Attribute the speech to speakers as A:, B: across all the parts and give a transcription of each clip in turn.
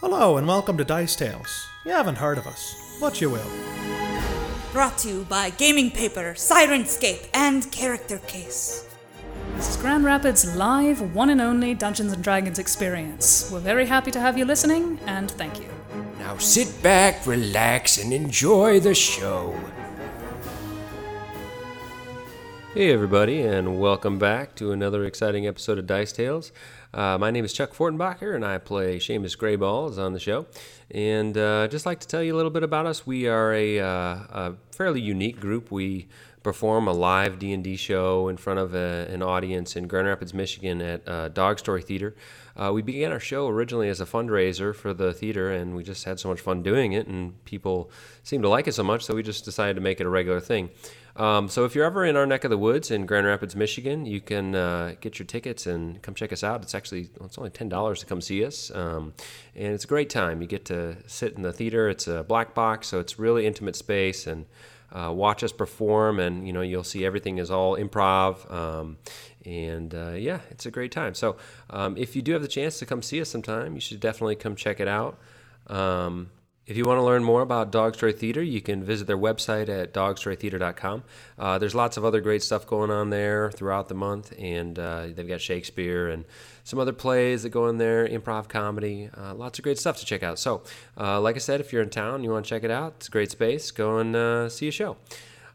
A: Hello and welcome to Dice Tales. You haven't heard of us, but you will.
B: Brought to you by Gaming Paper, Sirenscape, and Character Case.
C: This is Grand Rapids' live, one and only Dungeons and Dragons experience. We're very happy to have you listening, and thank you.
D: Now sit back, relax, and enjoy the show. Hey, everybody, and welcome back to another exciting episode of Dice Tales. Uh, my name is Chuck Fortenbacher, and I play Seamus Grayballs on the show. And uh, I'd just like to tell you a little bit about us. We are a, uh, a fairly unique group. We perform a live D&D show in front of a, an audience in Grand Rapids, Michigan at uh, Dog Story Theater. Uh, we began our show originally as a fundraiser for the theater, and we just had so much fun doing it, and people seemed to like it so much, so we just decided to make it a regular thing. Um, so if you're ever in our neck of the woods in Grand Rapids, Michigan, you can uh, get your tickets and come check us out. It's actually well, it's only ten dollars to come see us, um, and it's a great time. You get to sit in the theater. It's a black box, so it's really intimate space and uh, watch us perform and you know you'll see everything is all improv um, and uh, yeah it's a great time so um, if you do have the chance to come see us sometime you should definitely come check it out um, if you want to learn more about Dog Story Theater, you can visit their website at dogstorytheater.com. Uh, there's lots of other great stuff going on there throughout the month, and uh, they've got Shakespeare and some other plays that go in there, improv comedy, uh, lots of great stuff to check out. So, uh, like I said, if you're in town, you want to check it out, it's a great space. Go and uh, see a show.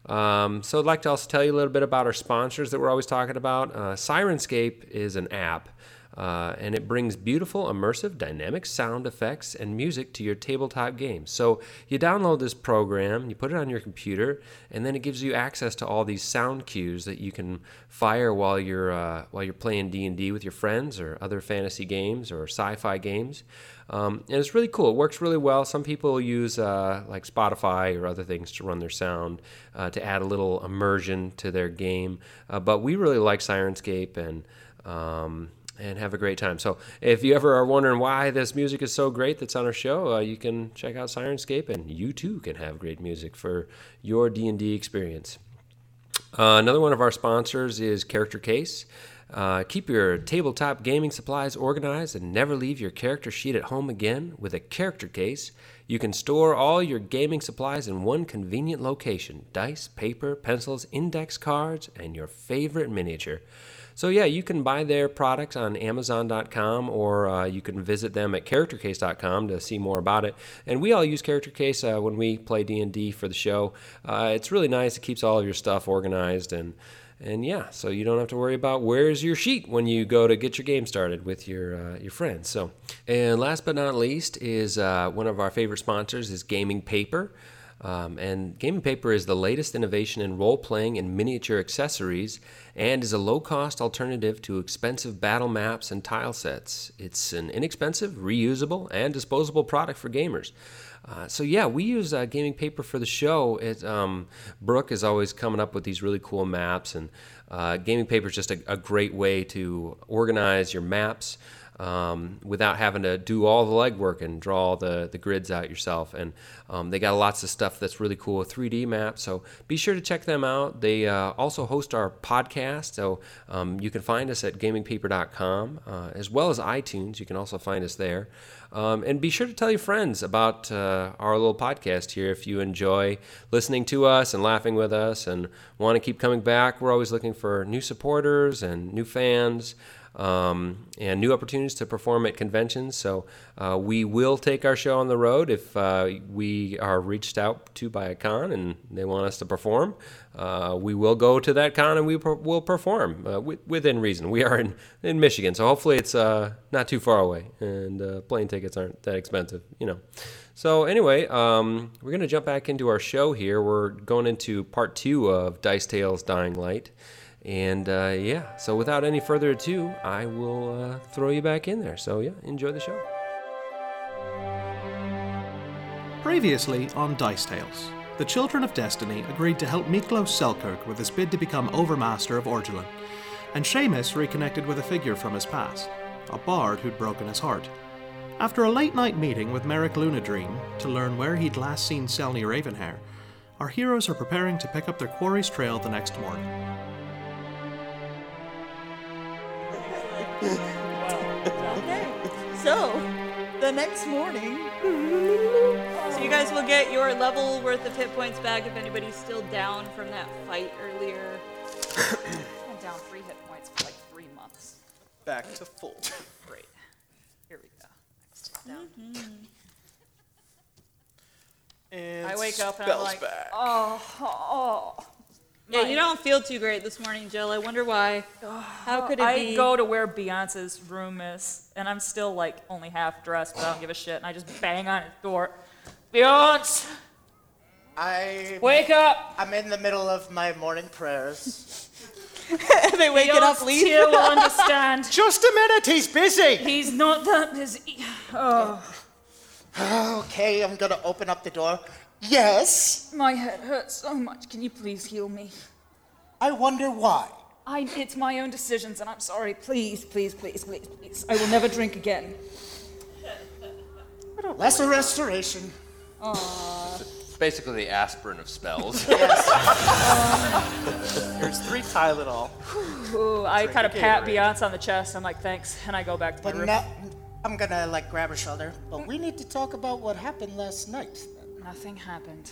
D: Um, so I'd like to also tell you a little bit about our sponsors that we're always talking about. Uh, Sirenscape is an app. Uh, and it brings beautiful, immersive, dynamic sound effects and music to your tabletop games. So you download this program, you put it on your computer, and then it gives you access to all these sound cues that you can fire while you're uh, while you're playing D and D with your friends or other fantasy games or sci-fi games. Um, and it's really cool. It works really well. Some people use uh, like Spotify or other things to run their sound uh, to add a little immersion to their game. Uh, but we really like Sirenscape and um, and have a great time. So if you ever are wondering why this music is so great that's on our show, uh, you can check out Sirenscape and you too can have great music for your D and D experience. Uh, another one of our sponsors is Character Case. Uh, keep your tabletop gaming supplies organized and never leave your character sheet at home again with a character case. You can store all your gaming supplies in one convenient location dice, paper, pencils, index cards, and your favorite miniature. So, yeah, you can buy their products on Amazon.com or uh, you can visit them at charactercase.com to see more about it. And we all use Character Case uh, when we play D&D for the show. Uh, it's really nice. It keeps all of your stuff organized and and yeah, so you don't have to worry about where's your sheet when you go to get your game started with your uh, your friends. So, and last but not least is uh, one of our favorite sponsors is Gaming Paper. Um, and Gaming Paper is the latest innovation in role playing and miniature accessories and is a low cost alternative to expensive battle maps and tile sets. It's an inexpensive, reusable, and disposable product for gamers. Uh, so yeah, we use uh, gaming paper for the show. It, um, Brooke is always coming up with these really cool maps, and uh, gaming paper is just a, a great way to organize your maps um, without having to do all the legwork and draw all the, the grids out yourself. And um, they got lots of stuff that's really cool, 3D maps. So be sure to check them out. They uh, also host our podcast, so um, you can find us at gamingpaper.com uh, as well as iTunes. You can also find us there. Um, and be sure to tell your friends about uh, our little podcast here if you enjoy listening to us and laughing with us and want to keep coming back. We're always looking for new supporters and new fans um, and new opportunities to perform at conventions. So uh, we will take our show on the road if uh, we are reached out to by a con and they want us to perform. Uh, we will go to that con and we per- will perform uh, wi- within reason. We are in, in Michigan, so hopefully it's uh, not too far away and uh, plane tickets aren't that expensive, you know. So anyway, um, we're going to jump back into our show here. We're going into part two of Dice Tales Dying Light. And uh, yeah, so without any further ado, I will uh, throw you back in there. So yeah, enjoy the show.
A: Previously on Dice Tales, the Children of Destiny agreed to help Miklos Selkirk with his bid to become Overmaster of Orgelin, and Seamus reconnected with a figure from his past, a bard who'd broken his heart. After a late night meeting with Merrick Lunadream to learn where he'd last seen Selny Ravenhair, our heroes are preparing to pick up their quarry's trail the next morning.
B: So,
E: the next morning.
B: So you guys will get your level worth of hit points back if anybody's still down from that fight earlier.
F: I'm down three hit points for like three months.
E: Back to full.
F: Great. Here we go. Next is down.
E: Mm-hmm. And
F: I wake up and I'm
E: spells
F: like,
E: back.
F: oh, oh, oh.
B: Yeah, you don't feel too great this morning, Jill. I wonder why. How could it
F: I
B: be?
F: go to where Beyonce's room is, and I'm still like only half dressed, but I don't give a shit, and I just bang on his door. Beyonce,
E: I
F: wake up!
E: I'm in the middle of my morning prayers.
G: they wake it up,
F: Beyonce
G: leave.
F: here will understand.
E: Just a minute, he's busy.
F: He's not that busy. Oh,
E: Okay, I'm gonna open up the door. Yes.
F: my head hurts so much. Can you please heal me?
E: I wonder why.
F: I, it's my own decisions, and I'm sorry. Please, please, please, please, please. I will never drink again.
E: Lesser restoration.
D: Basically, the aspirin of spells.
E: There's three Tylenol.
F: Ooh, I kind of
E: okay,
F: pat
E: right.
F: Beyonce on the chest. I'm like, thanks, and I go back to my
E: But
F: room.
E: now I'm gonna like grab her shoulder. But we need to talk about what happened last night.
F: Nothing happened.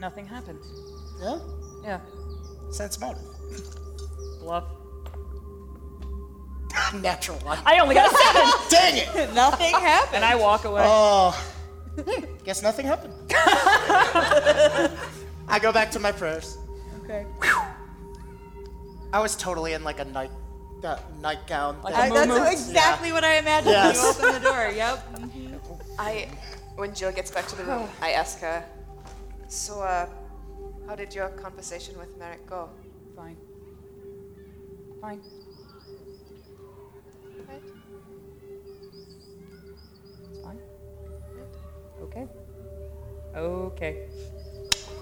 F: Nothing happened.
E: Yeah?
F: Yeah.
E: Sense motive.
F: Bluff.
E: Natural one.
F: I only got a seven,
E: Dang it!
G: Nothing happened.
F: and I walk away.
E: Oh. Guess nothing happened. I go back to my prayers.
F: okay.
E: I was totally in like a night uh, nightgown.
F: Like
E: thing.
F: a
G: I- that's
F: moo-moo.
G: exactly what I imagined when
E: Yes.
G: you open the door. Yep.
F: I.
H: When Jill gets back to the room, I ask her, So, uh, how did your conversation with Merrick go?
F: Fine. Fine.
H: Right?
F: It's fine. Okay. Okay.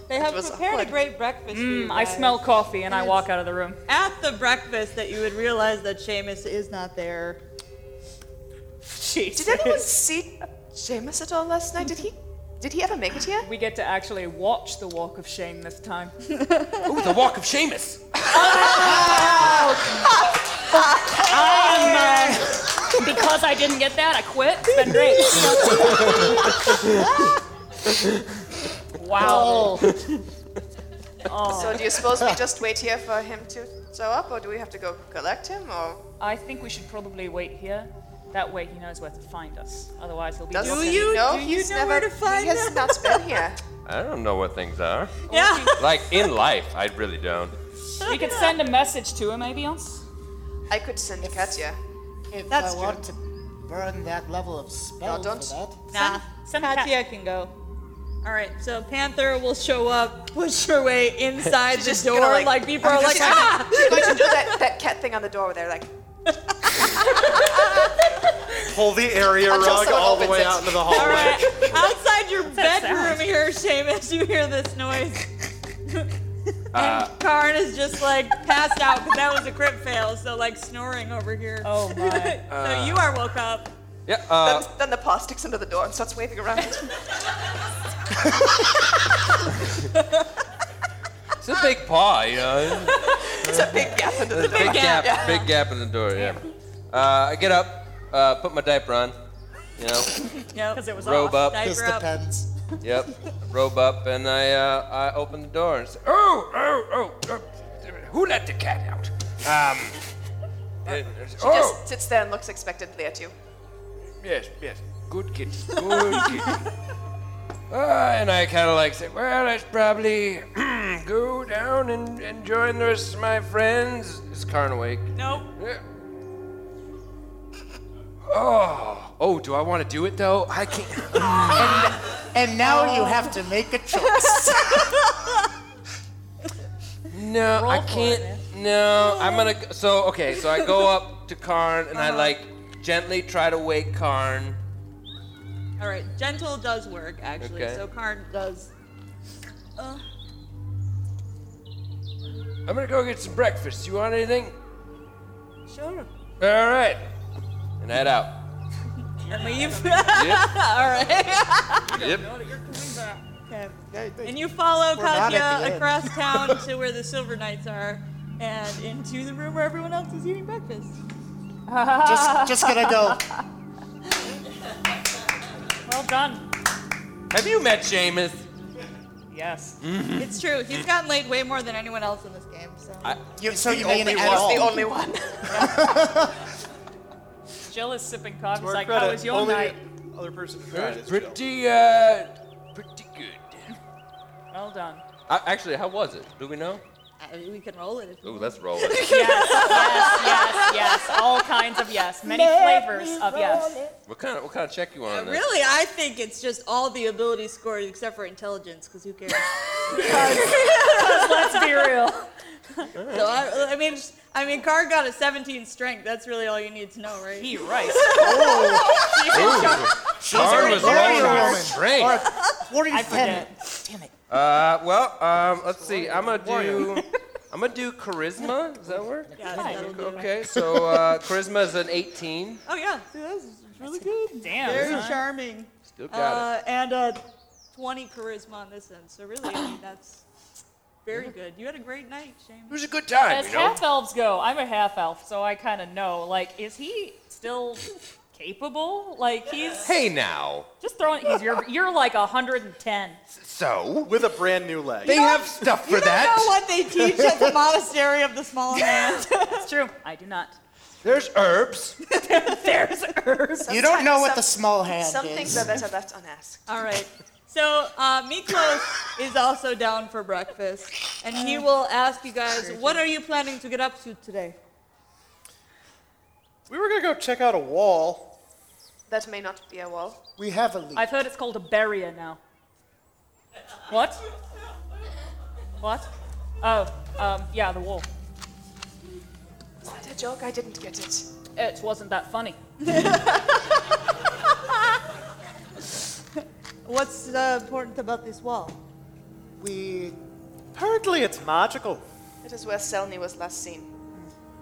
G: They have
H: was
G: prepared
H: awkward.
G: a great breakfast. for you
F: Mm, I
G: guys.
F: smell coffee, and I walk out of the room.
B: At the breakfast that you would realize that Seamus is not there.
H: Did anyone see Seamus at all last night? Did he? Did he ever make it here?
F: We get to actually watch the Walk of Shame this time.
D: Ooh, the walk of Seamus.
B: Oh.
D: Oh,
F: because I didn't get that, I quit. It's been great. wow.
B: Oh.
H: So do you suppose we just wait here for him to show up, or do we have to go collect him? Or
F: I think we should probably wait here. That way he knows where to find us. Otherwise he'll be
H: does
F: looking.
H: he know? he's never, he has not been here.
D: I don't know what things are.
B: Yeah.
D: Like in life, I really don't.
F: We could send a message to him, maybe else.
H: I could send Katya.
E: if
B: That's
E: I
B: true.
E: want to burn that level of spell
H: don't-
E: for that.
B: Nah.
F: Send
B: Katya can go. All right, so Panther will show up, push her way inside the door.
H: gonna,
B: like,
H: like-
B: people are
H: I'm
B: like,
H: just gonna-
B: ah!
H: She's going to do that, that cat thing on the door where they're like,
E: Pull the area
H: Until rug someone all the opens way it. out
E: into the
B: All
E: hallway.
B: right, outside your bedroom here, Seamus, you hear this noise. and Karn is just like passed out because that was a crit fail, so like snoring over here.
F: Oh my.
B: so you are woke up.
D: Yeah. Uh,
H: then, then the paw sticks under the door and starts waving around.
D: it's a big paw, you know.
H: it's a big gap under the door.
D: big gap. Big gap in the door. Yeah. Uh, I get up, uh, put my diaper on. You know,
B: Yep.
F: It was
D: robe
F: off.
D: up.
E: This
B: Diaper up.
E: depends.
D: Yep. Robe up, and I uh, I open the door and say, oh, oh, oh, oh, who let the cat out? Um. and- and-
H: She
D: oh,
H: just sits there and looks expectantly at you.
D: yes, yes. Good kitty, good kitty. Uh, and I kind of like say, well, I should probably go down and, and join the rest of my friends. Is Karn awake?
B: Nope.
D: Yeah. Oh, oh, do I want to do it though? I can't.
E: And now you have to make a choice.
D: No, I can't. no, I'm gonna. g- So okay, so I go up to Karn and I
B: Uh-huh.
D: like gently try to wake Karn.
B: All right, gentle does work actually.
D: Okay.
B: So Karn does. Uh,
D: I'm gonna go get some breakfast. You want anything?
B: sure.
D: All right. And head out.
B: And leave. All right.
D: Yep.
B: And you follow
E: not at the
B: Katya
E: end.
B: across town to where the Silver Knights are, and into the room where everyone else is eating breakfast.
E: just, just gonna go.
F: job done.
D: Have you met Seamus?
F: Yes.
I: It's true. He's gotten laid way more than anyone else in this game. So
E: You, so you mean
H: only
E: it
H: one. I was the
E: all?
H: only one.
F: Jill is sipping coffee.
J: More
F: She's like,
J: credit,
F: how was your
J: only
F: night?
J: the Other person who tried is Jill.
D: Pretty, uh, pretty good.
F: Well done.
D: Uh, actually, how was it? Do we know?
B: Uh,
I: I mean, we can roll it. If we
D: Ooh,
I: want.
D: let's roll it.
F: Yes, yes, yes, yes. All kinds of yes. Many flavors of yes.
D: What kind of what kind of check you
B: Uh,
D: want? on this?
I: Really, I think it's just all the ability scores except for intelligence, because who cares?
F: Let's be real.
I: so I, I mean, just- I mean, Carr got a 17 strength. That's really all you need to know, right?
F: He right.
D: Karn was rolling on
E: Warrior
D: strength.
F: I forget.
D: Uh, well, um, let's see. I'm gonna do. I'm gonna do charisma. Does that work?
I: that'll do.
D: Okay, so uh, charisma is an 18.
I: Oh yeah, See, that's really good.
F: Damn.
I: Very
F: son.
I: charming.
D: Still got
I: Uh, and uh, 20 charisma on this end. So really, I mean, that's very good. You had a great night,
D: it. It
I: Shane.
D: was a good time,
F: As
D: you know.
F: half elves go, I'm a half elf, so I kind of know. Like, is he still capable? Like, he's
D: Hey now.
F: just throwing. He's you're you're like 110.
D: So
J: With a brand new leg.
D: they have stuff for
I: I don't know
D: that.
I: what they teach at the monastery of the small man.
F: It's true. I do not.
D: There's herbs.
F: There's hers.
E: You don't know what
H: Some-
E: the small hand
H: Some
E: is.
H: things are better left unasked.
I: All right. So uh, Miklos is also down for breakfast, and he will ask you guys, "What are you planning to get up to today?"
J: We were gonna go check out a wall.
H: That may not be a wall.
E: We have a lead.
F: I've heard it's called a barrier now. What? What? Oh, um, yeah, the wall.
H: Is that a joke? I didn't get it.
F: It wasn't that funny.
I: What's uh, important about this wall?
E: We
J: Apparently, it's magical.
H: It is where Selny was last seen.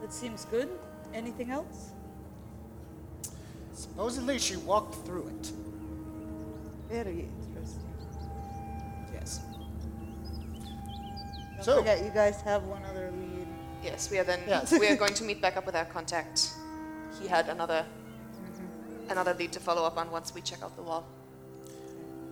I: That seems good. Anything else?
E: supposedly she walked through it.
I: Very interesting.
E: Yes.
I: Don't
E: So-
I: forget, you guys have one other lead.
H: Yes, we are then
E: Yes.
H: we are going to meet back up with our contact. He had another another lead to follow up on once we check out the wall.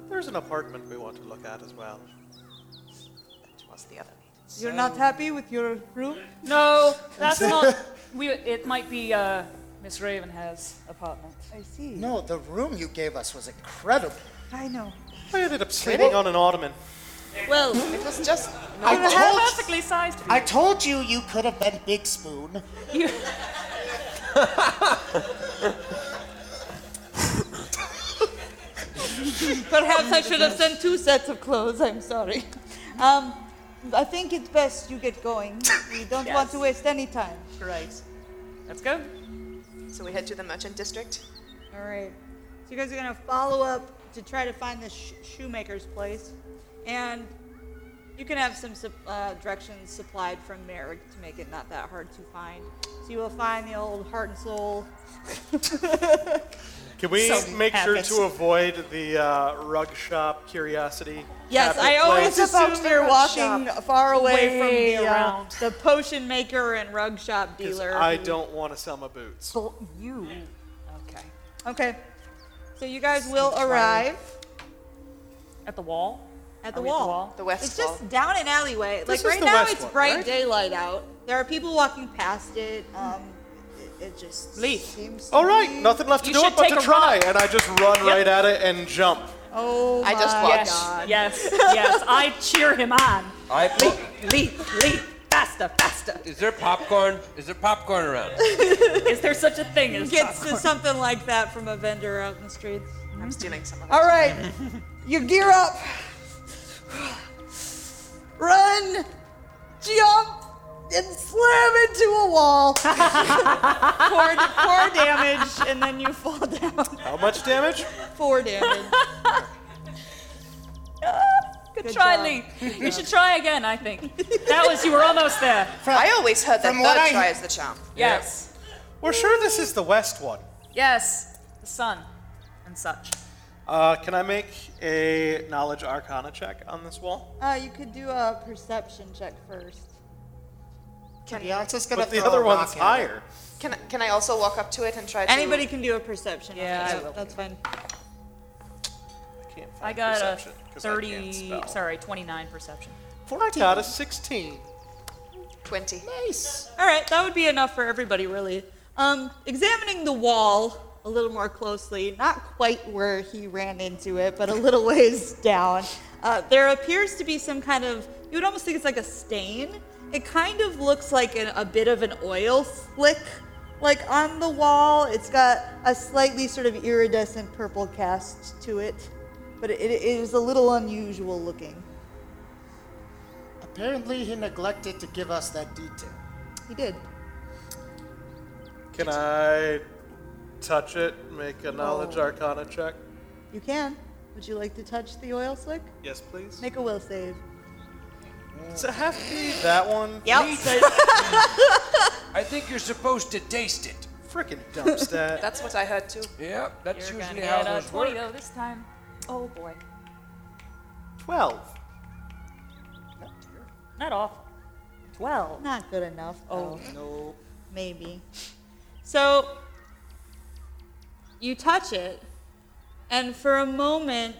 J: There's an apartment we want to look at as well.
H: That was the other lead.
I: You're not happy with your room?
F: No, that's not. We. It might be uh, Miss Raven has apartment.
I: I see.
E: No, the room you gave us was incredible.
I: I know.
J: I ended up sleeping on an ottoman.
I: Well,
H: It was just
E: I told,
F: Perfectly sized.
E: I told you you could have been Big Spoon.
F: You.
I: perhaps I should have sent two sets of clothes. I'm sorry. Um, I think it's best you get going. We don't want to
F: Yes.
I: waste any time.
F: Right. Let's go.
H: so we head to the merchant district.
I: All right. So you guys are gonna follow up to try to find this sh- shoemaker's place, and you can have some sup- uh, directions supplied from Merrick to make it not that hard to find. So you will find the old Heart and Soul.
J: Can we
F: Some
J: make
F: habits.
J: sure to avoid the uh, rug shop curiosity?
I: Yes,
J: cabinet
I: I always
J: place?
H: about
I: assume
H: the
I: you're
H: rug
I: walking far away
F: Way
I: from the, uh,
F: around.
I: the potion maker and rug shop
J: 'Cause
I: dealer.
J: I
I: who-
J: don't want to sell my boots.
F: You. Okay.
I: Okay. So you guys will arrive
F: At the wall.
I: at
F: Are
I: the
F: we at the
I: wall.
F: wall?
H: The west
I: It's
H: wall.
I: just down an alleyway.
J: This
I: like
J: is
I: right
J: the
I: now,
J: west
I: it's
J: one,
I: bright
J: right?
I: daylight out. There are people walking past it. Um, it, it just
F: Leave.
I: seems. to
J: All right,
I: be-
J: nothing left to
F: Mm, You
J: do
F: should
J: it but
F: take
J: to
F: a run
J: try, and I just run right at it and jump.
I: Oh
H: I just
I: my
H: walked.
F: yes.
I: God.
F: Yes. Yes. I cheer him on.
D: I put,
F: Leap. Leap. Faster. Faster.
D: is there popcorn? Is there popcorn around?
F: Is there such a thing as
I: Gets to something like that from a vendor out in the streets.
H: I'm stealing some of it.
I: All right, you gear up. Run, jump, and slam into a wall. four, four damage, and then you fall down.
J: How much damage?
I: Four damage.
F: Good,
I: Good
F: try,
I: job.
F: Lee. You should try again, I think. That was, you were almost there.
H: I always heard that
E: from what
H: third
E: I-
H: try is the charm.
F: Yes.
J: We're sure this is the west one.
F: Yes. The sun and such.
J: Uh, can I make a knowledge arcana check on this wall?
I: Uh, you could do a perception check first.
H: Can,
E: Beyonce's gonna
J: But the
E: throw a
J: other
E: rock
J: one's
E: at it.
J: higher.
H: can can I also walk up to it and try to
I: Anybody can do a perception.
F: Yeah,
I: Okay,
F: I will.
I: that's fine.
J: can't find
F: I got a
J: perception, 'cause I can't
F: 30,
J: spell.
F: sorry, 29 perception.
J: I got a 16.
H: 20.
I: Nice. All right, that would be enough for everybody, really. Um, examining the wall a little more closely, not quite where he ran into it, but a little ways down, uh, there appears to be some kind of, you would almost think it's like a stain. It kind of looks like an, a bit of an oil slick, like on the wall. It's got a slightly sort of iridescent purple cast to it, but it, it is a little unusual looking.
K: Apparently, he neglected to give us that detail.
I: He did.
J: Can I touch it? Make a knowledge
I: Oh.
J: arcana check?
I: You can. Would you like to touch the oil slick?
J: Yes, please.
I: Make a will save.
J: Does it have to be that one?
I: Yep.
L: I think you're supposed to taste it.
J: Frickin' dumpster.
H: That's what I heard too.
L: Yep, that's
F: You're gonna
L: usually how
F: get a
L: those
F: 20
L: work.
F: though this time. Oh boy,
J: 12.
F: not awful. 12.
I: Not good enough. Oh,
K: No.
I: maybe. So you touch it, and for a moment,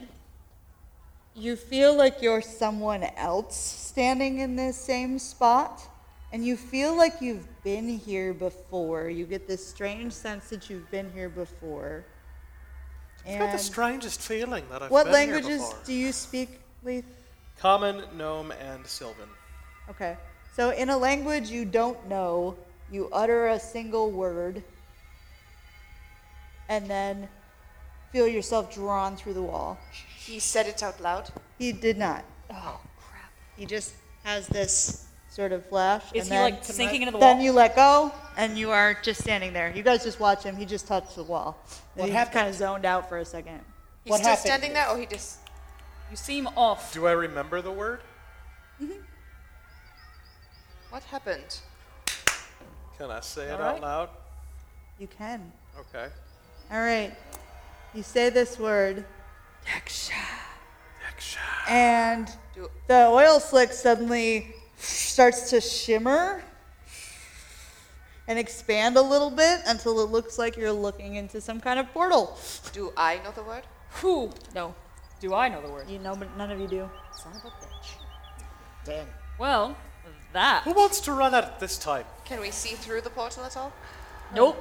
I: you feel like you're someone else standing in this same spot, and you feel like you've been here before. You get this strange sense that you've been here before.
J: It's got the
I: And
J: strangest feeling that I've
I: what
J: been here
I: languages
J: before.
I: do you speak, Leith?
J: Common, gnome, and sylvan.
I: Okay. So in a language you don't know, you utter a single word and then feel yourself drawn through the wall.
H: He said it out loud.
I: He did not.
H: Oh, crap.
I: He just has this sort of flash.
F: Is
I: and
F: he
I: then-
F: like sinking into the
I: Then
F: wall?
I: you let go and you are just standing there. You guys just watch him. He just touched the wall.
K: What
I: he
K: happened?
I: kind of zoned out for a second.
H: He's
K: What
H: still
K: happened?
H: standing there, or he just.
F: You seem off.
J: Do I remember the word?
H: What happened?
J: Can I say it out
F: Alright.
J: loud?
I: You can.
J: Okay.
I: All right. You say this word. Yaksha. And
H: Do-
I: the oil slick suddenly starts to shimmer and expand a little bit until it looks like you're looking into some kind of portal.
H: Do I know the word?
F: Who? No. Do I know the word?
I: You know, but none of you do.
F: Son of a bitch.
K: Dang.
F: Well, that.
J: Who wants to run at it this time?
H: Can we see through the portal at all?
F: Nope.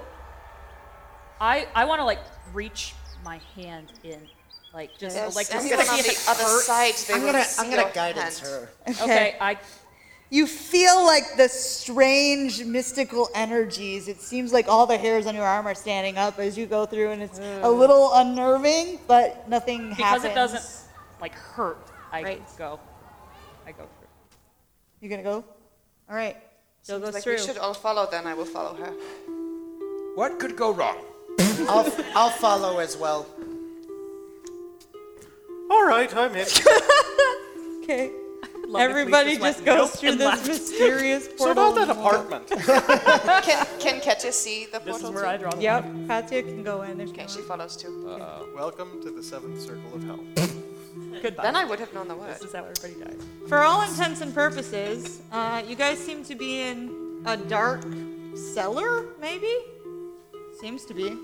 F: I I want to like reach my hand in, like just
H: Yes,
F: like
H: and
F: just
H: someone
F: see
H: on
F: if
H: the
F: it
H: other
F: hurts.
H: side. They
K: I'm
H: will
K: gonna,
H: see
K: I'm gonna
H: your
K: guidance
H: hand.
K: her.
F: Okay, I
I: You feel like the strange mystical energies. It seems like all the hairs on your arm are standing up as you go through, and it's a little unnerving, but nothing happens.
F: because it doesn't like hurt. I
I: Right.
F: go. I go through.
I: You're gonna go? All right. So
H: Seems
I: go
H: like
I: through.
H: we should all follow. Then I will follow her.
L: What could go wrong?
K: I'll, I'll follow as well.
J: All right, I'm in.
I: Okay.
F: Love if we
I: Everybody
F: went
I: just goes
F: nope
I: through
F: and
I: this
F: left.
I: mysterious
J: so about
I: portal.
J: that apartment.
H: Can Can Ketja see the portal?
F: This is where I
H: too?
F: draw the
I: yep. Katya can go in if
H: Okay,
I: she
H: she follows too.
F: Uh,
J: Welcome to the seventh circle of hell.
H: then I would have known the word.
F: This is how everybody dies.
I: For all intents and purposes, uh, you guys seem to be in a dark cellar, maybe? Seems to be.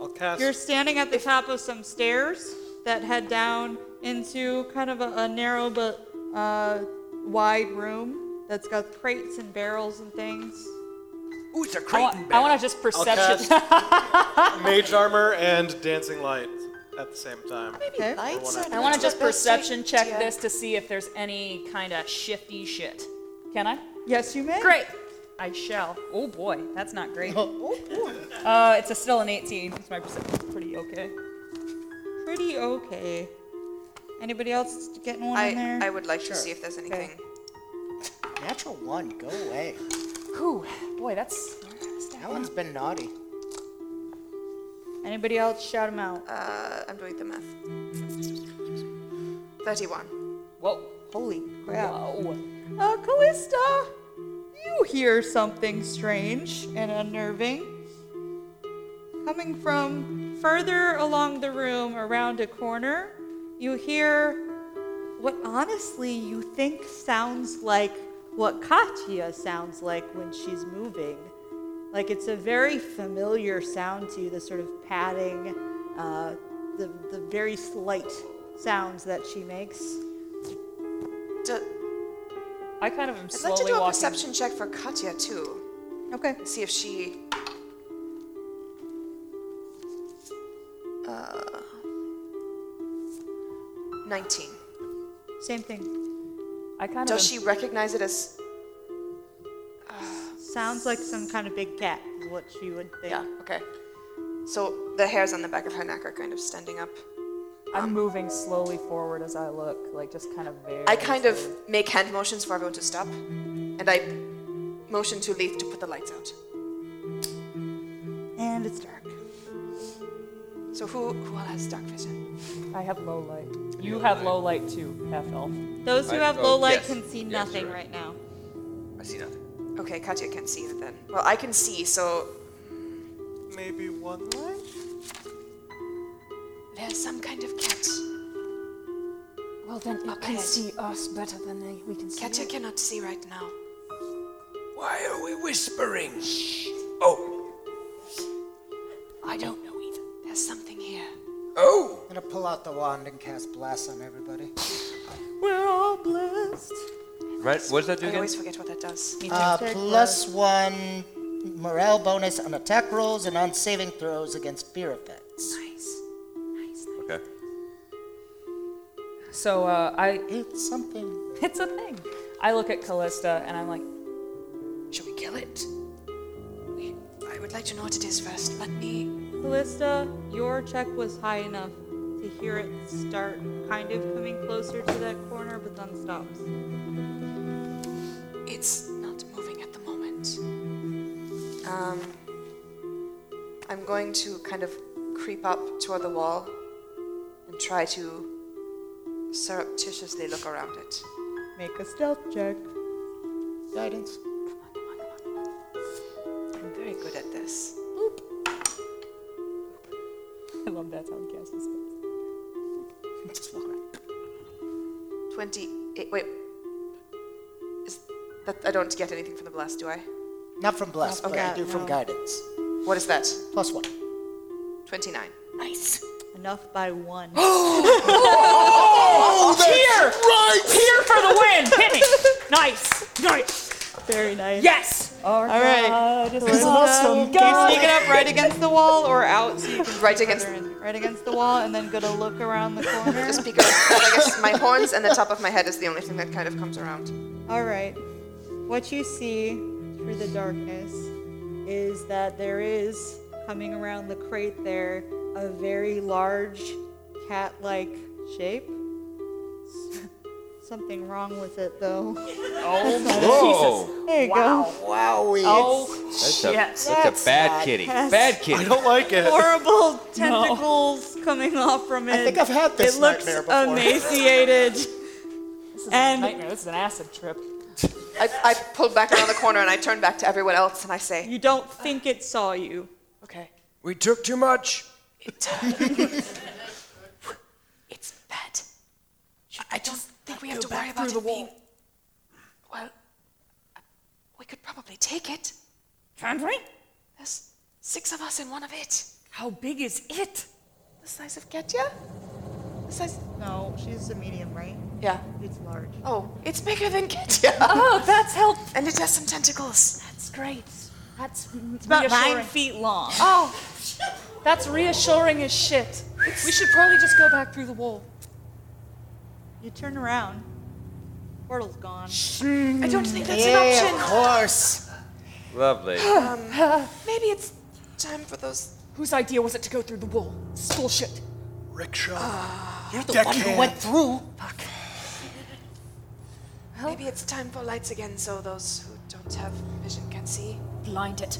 J: I'll cast.
I: You're standing at the top of some stairs that head down into kind of a, a narrow but uh, wide room that's got crates and barrels and things.
L: Ooh, it's a
F: I
L: crate and
F: want, I want to just
J: I'll
F: perception.
J: cast mage armor and dancing light at the same time.
I: Okay.
H: Lights
J: I
H: are
F: I want
H: not
F: to just
H: the best
F: perception check
H: idea.
F: this to see if there's any kind of shifty shit. Can I?
I: Yes, you may.
F: Great. I shall. Oh boy, that's not great. Uh, it's a still an 18. It's my perception. Pretty okay.
I: Pretty okay. Anybody else getting one in
H: I,
I: there?
H: I would like to see if there's anything.
K: Natural one, go away.
F: Whew. Boy, that's.
K: That one's been naughty.
I: Anybody else? Shout them out.
H: Uh, I'm doing the math. 31.
F: Whoa.
I: Holy crap.
F: Whoa.
I: Uh, Callista, you hear something strange and unnerving coming from further along the room around a corner. You hear what honestly you think sounds like what Katya sounds like when she's moving. Like it's a very familiar sound to you, the sort of padding, uh, the, the very slight sounds that she makes.
F: I kind of am
H: I'd
F: slowly
H: like to do a
F: walking.
H: perception check for Katya too.
I: Okay.
H: See if she. Uh, Nineteen.
I: Same thing.
F: I kind
H: Does she recognize it as
I: Sounds like some kind of big cat is what she would think.
H: Yeah, okay. So the hairs on the back of her neck are kind of standing up.
F: I'm moving slowly forward as I look, like just kind of very.
H: I kind of make hand motions for everyone to stop, and I motion to Leaf to put the lights out.
I: And it's dark.
H: So who who all has dark vision?
F: I have low light. You have low light too, half elf.
I: Those who
H: I-
I: have
H: oh,
I: low light
H: yes.
I: can see
H: Yes,
I: nothing
H: you're right.
I: right now.
L: I see nothing.
H: Okay, Katya can't see it then. Well, I can see, so
J: Maybe one light?
H: there's some kind of cat.
M: Well, then it
H: Okay.
M: can see us better than they- we can see.
H: Katya
M: it.
H: cannot see right now.
L: Why are we whispering? Oh,
H: I don't know either. There's something here.
L: oh!
E: I'm gonna pull out the wand and cast bless on everybody.
I: We're all blessed.
D: Right? What does that do
H: I
D: again?
H: always forget what that does.
E: Uh, plus one morale bonus on attack rolls and on saving throws against fear effects.
H: Nice.
D: Okay.
F: So uh, I.
E: It's something.
F: It's a thing. I look at Callista and I'm like,
H: Should we kill it? I would like to know what it is first. Let me.
I: Callista, your check was high enough to hear it start kind of coming closer to that corner, but then stops.
H: It's not moving at the moment. Um, I'm going to kind of creep up toward the wall and try to surreptitiously look around it.
I: Make a stealth check.
E: Guidance.
H: I'm very good at this.
F: I love that sound cast is.
H: Just walk around. Twenty-eight. Wait. Is that I don't get anything from the blast, do I?
E: Not from bless,
H: Not
E: but I
H: bad,
E: do from
H: no.
E: guidance.
H: What is that?
E: Plus one.
H: Twenty-nine. Nice.
I: Enough by one.
F: Oh,
I: that's
F: here! Here
I: right!
F: for the win! Hit me! Nice! Nice!
I: Very nice. Oh,
F: Yes!
I: All right. Callista,
F: God.
I: You sneak it up right against the wall or out so you can right against right against the wall and then go to look around the corner.
H: Just because I guess my horns and the top of my head is the only thing that kind of comes around.
I: All right. What you see through the darkness is that there is coming around the crate there a very large cat-like shape. Something wrong with it though.
F: Oh,
I: Jesus. There you
E: Wow,
I: go.
E: Wowie.
F: Oh.
I: That's
D: a-
I: Yes.
D: that's a bad
I: That's
D: kitty.
I: not-
D: Bad kitty. I don't
J: like it.
I: Horrible tentacles coming off from it.
E: I think I've had this
I: It looks
E: nightmare before.
I: emaciated.
F: This is
I: And-
F: a nightmare. This is an acid trip.
H: I, I pull back around the corner and I turn back to everyone else and I say,
I: You don't think it saw you.
H: Okay.
L: We took too much.
H: It's bad. I I don't think we have to worry about it being. Well, we could probably take it.
F: Can't we?
H: There's six of us in one of it.
F: How big is it?
H: The size of Ketya? The size.
I: No, she's a medium, right?
H: Yeah.
I: It's large.
H: Oh, it's bigger than Ketya.
M: Oh, that's
H: helpful. And it has some tentacles. That's great.
M: That's
I: It's about nine feet long.
M: Oh, that's reassuring as shit. We should probably just go back through the wall.
I: You turn around. Portal's gone.
H: I don't think that's
E: Yeah,
H: an option.
E: of course.
D: Lovely.
H: Um, maybe it's time for those.
M: Whose idea was it to go through the wall? It's bullshit.
J: Rickshaw.
F: Ah,
E: You're the one who went through.
H: Maybe it's time for lights again so those who don't have vision can see.
M: Blind it.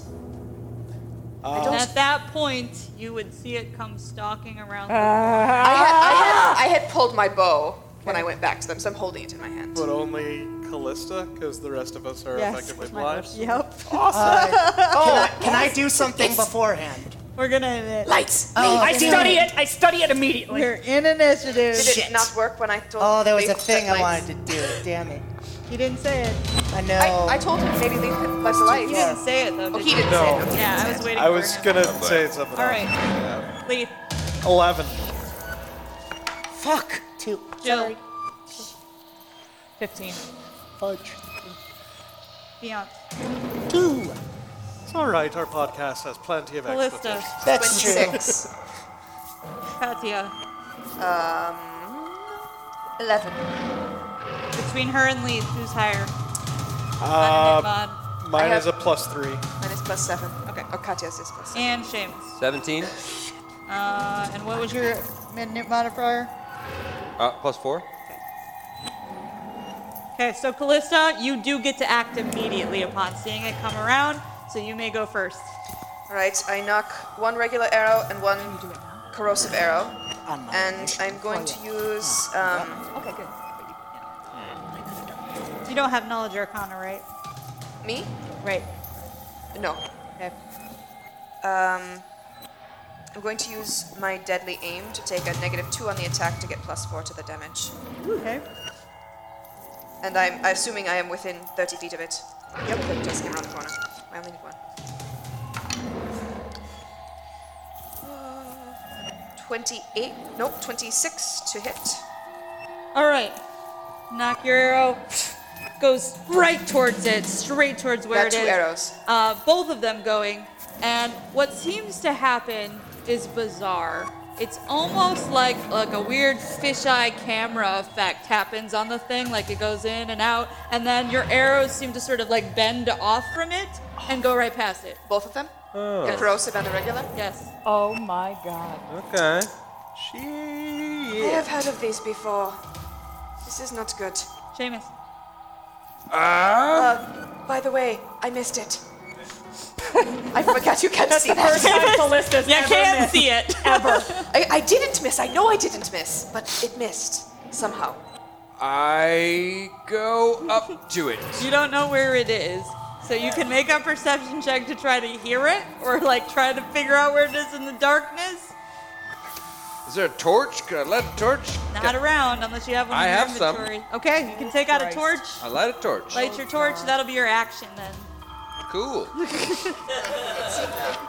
I: And at that point, you would see it come stalking around.
H: I had, I
E: Ah!
H: had, I had pulled my bow when I went back to them, so I'm holding it in my hand.
J: But only Callista, because the rest of us are
I: Yes.
J: effectively
I: With my
J: blind.
I: Yep.
E: Oh, Can, I, can I do something beforehand?
I: We're gonna end it.
H: Lights.
E: Oh,
F: I
E: damn
F: study it. I study it immediately.
I: We're in initiative.
H: Did it not work when I told?
E: Oh, there was
H: Leaf
E: a
H: that
E: thing I
H: lights-
E: wanted to do. Damn it.
I: You didn't say it.
E: I know.
H: I, I told him maybe leave it by the lights.
I: You didn't say it though.
H: Oh,
I: did
H: he
I: you?
H: didn't say it. Okay.
I: Yeah, I was waiting.
J: I
I: for
J: was
I: him.
J: gonna say something.
I: All right, Leaf.
J: Eleven.
E: Fuck! Two.
F: Jill. 15.
E: Fudge.
B: Beyond.
E: Two.
J: It's all right. Our podcast has plenty of
B: Callista.
J: expletives.
B: That's true. Six. Katya.
H: Um, 11.
B: Between her and Leith, who's higher?
J: Uh,
B: Mod.
J: mine
H: I
J: is a
H: have-
J: plus three.
H: Minus plus 7. Okay. Oh, Katya's is plus 7.
B: And Seamus.
N: 17.
B: Uh, and what was your mid modifier?
N: Uh, plus four.
B: Okay, so Callista, you do get to act immediately upon seeing it come around, so you may go first.
H: Right, I knock one regular arrow and one corrosive arrow. And I'm going to use. Um,
B: Okay, good. You don't have knowledge arcana, right?
H: Me?
B: Right.
H: No.
B: Okay.
H: Um, I'm going to use my deadly aim to take a negative 2 on the attack to get plus 4 to the damage.
B: Okay.
H: And I'm assuming I am within 30 feet of it. Yep. Just came around the corner. I only need one. Uh, 28, nope, 26 to hit.
B: All right. Knock your arrow. Goes right towards it, straight towards where
H: Got
B: it
H: two
B: is.
H: arrows.
B: Uh, both of them going. And what seems to happen is bizarre. It's almost like like a weird fisheye camera effect happens on the thing. Like it goes in and out, and then your arrows seem to sort of like bend off from it and go right past it.
H: Both of them?
N: Oh.
H: The corrosive and the regular?
B: Yes.
F: Oh my god.
N: Okay.
H: I have heard of these before. This is not good.
B: Seamus.
D: Ah!
H: Uh, by the way, I missed it. I forgot you can't see that.
I: first time Callista's
B: You
I: ever
B: can't
I: missed.
B: see it.
H: ever. I, I didn't miss. I know I didn't miss, but it missed somehow.
D: I go up to it.
B: You don't know where it is. So you can make a perception check to try to hear it or like try to figure out where it is in the darkness.
D: Is there a torch? Can I light a torch?
B: Not around unless you have one
D: I
B: in your
D: have some.
B: inventory. Okay, you can take out a torch.
D: I light a torch.
B: Light your torch, that'll be your action then.
D: Cool.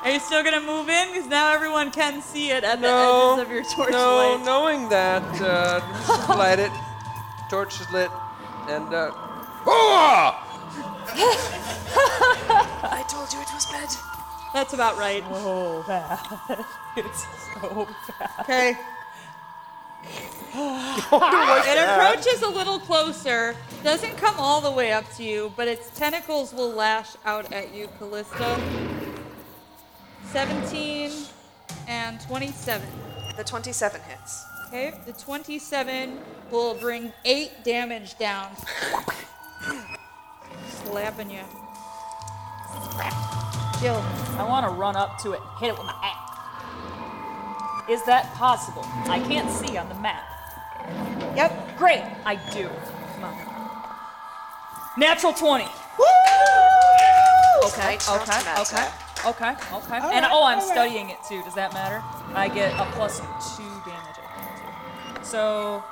B: Are you still gonna move in? Because now everyone can see it at
D: No,
B: the edges of your torch
D: no,
B: light.
D: knowing that, uh, just light it. Torch is lit, and uh, oh!
H: I told you it was bad.
B: That's about right.
F: Oh, bad. It's so bad.
B: Okay. it approaches a little closer. Doesn't come all the way up to you, but its tentacles will lash out at you, Callista. 17 and 27.
H: The 27 hits.
B: Okay, the 27 will bring 8 damage down. Slapping you. Jill.
F: I want to run up to it, hit it with my axe. Is that possible? I can't see on the map. Yep. Great, I do. Come on. Natural 20. Okay,
H: not
F: okay,
H: matter.
F: okay, okay, okay.
I: All
F: and
I: right,
F: oh, I'm
I: all right.
F: studying it too. Does that matter? I get a plus two damage. I think, too. So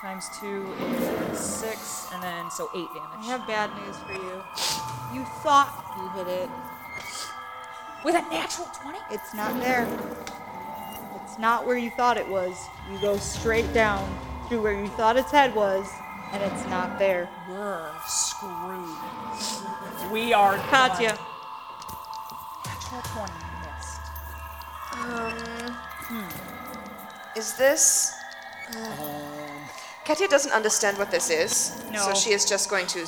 F: times two is six, and then so eight
B: I
F: damage.
B: have bad news for you. You thought you hit it.
F: With a natural 20?
B: It's not there. It's not where you thought it was. You go straight down to where you thought its head was, and it's not there.
F: We're screwed. We are
B: Katya.
F: done. Natural 20 missed.
H: Um, Is this? Katya doesn't understand what this is,
B: No.
H: so she is just going to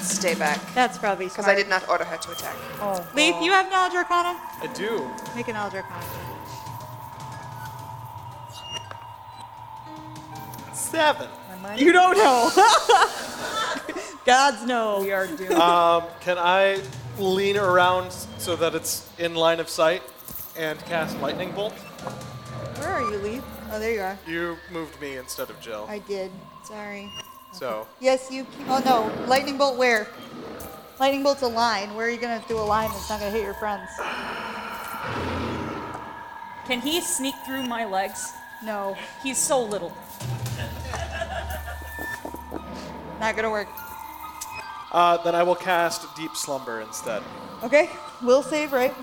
H: stay back
B: That's probably
H: because I did not order her to attack.
F: Oh,
B: Leith, you have knowledge arcana?
J: I do.
B: Make a knowledge arcana.
J: Seven.
B: You don't know. God's no. We
F: are doomed.
J: um, can I lean around so that it's in line of sight and cast lightning bolt?
B: Where are you, Leith? Oh, there you are.
J: You moved me instead of Jill,
B: I did. Sorry.
J: so
B: Yes, you. Oh no, lightning bolt where? Lightning bolt's a line. Where are you gonna do a line that's not gonna hit your friends?
F: Can he sneak through my legs?
B: No.
F: He's so little.
B: Not gonna work.
J: uh, then I will cast deep slumber instead.
B: Okay, will save, right?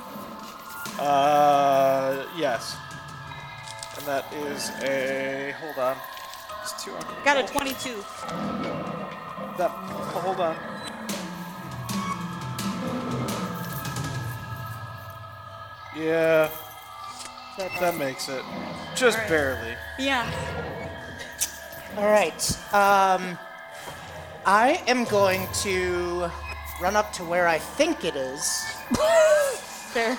J: Uh, yes. I'm and that is a hold on. It's two on.
B: Got a 22.
J: That, hold on. Yeah, that makes it just
B: Alright.
J: barely.
B: Yeah.
E: All right. Um, I am going to run up to where I think it is.
F: There.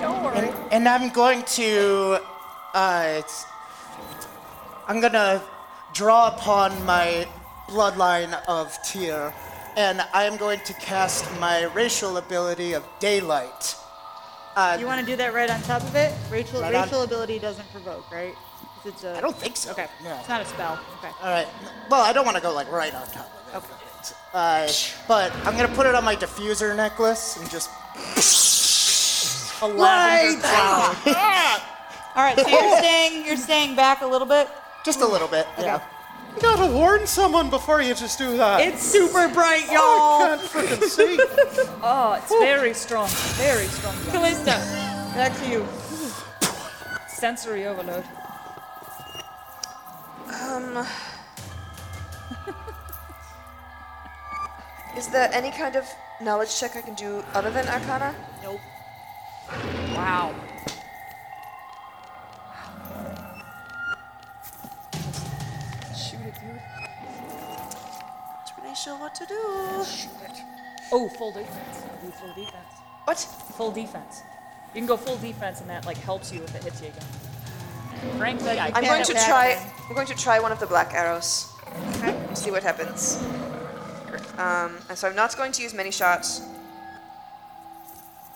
F: Don't worry.
E: And I'm going to, uh, it's- I'm gonna draw upon my bloodline of tear, and I am going to cast my racial ability of daylight. Uh,
B: you want to do that right on top of it? Rachel,
E: Right on.
B: racial ability doesn't provoke, right? 'Cause It's a, I
E: don't think so.
B: Okay.
E: No.
B: It's not a spell. Okay.
E: All right. Well, I don't want to go like right on top of it. Okay. Uh, but I'm gonna put it on my diffuser necklace and just. A lavender cloud.
B: All right, so you're staying, you're staying back a little bit.
E: Just a little bit. Yeah.
J: You gotta warn someone before you just do that.
B: It's super bright, y'all.
J: Oh, I can't freaking see.
F: Oh, it's very strong. Very strong.
B: Callista, back to you.
F: Sensory overload.
H: Um. is there any kind of knowledge check I can do other than Arcana?
B: Nope.
F: Wow.
H: Shoot it, dude. Not really sure what to do.
F: Oh, full defense. Do full defense.
H: What?
F: Full defense. You can go full defense, and that like helps you if it hits you again.
B: Mm.
F: Frankly, I
H: I'm
F: can't
H: going to
F: do that.
H: try. I'm going to try one of the black arrows. and See what happens. Um, and so I'm not going to use many shots,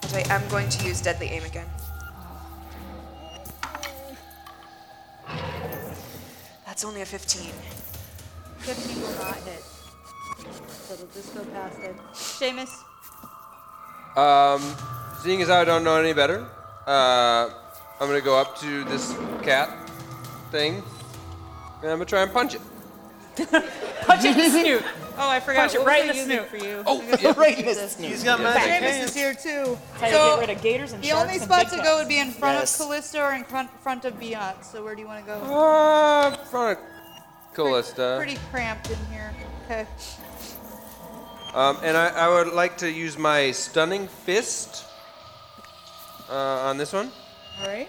H: but I am going to use deadly aim again. That's only a 15.
B: 15 will not hit. So it'll just go past it. Seamus,
D: Um, seeing as I don't know any better, uh, I'm gonna go up to this cat thing, and I'm gonna try and punch it.
F: Punch it in the snoot.
B: Oh, I forgot.
F: Punch it
B: what
F: right
B: was I
F: in the
B: using
F: snoot.
B: for you.
D: Oh,
B: I
D: yeah.
B: guess
D: Right in
B: this
D: the
B: is-
D: snoot. He's got magic
B: Seamus
D: hands.
B: is here too. So
F: Tell you to get rid of gators and
B: the
F: sharks
B: only
F: and
B: spots to
F: big
B: go
F: cats.
B: would be in front
D: Yes.
B: of Callista or in front, front of Beyond. So where do you want to go?
J: Oh,
D: Uh, front of Callista.
B: Pretty cramped in here. Okay.
D: Um, and I, I would like to use my stunning fist uh, on this one.
B: All right.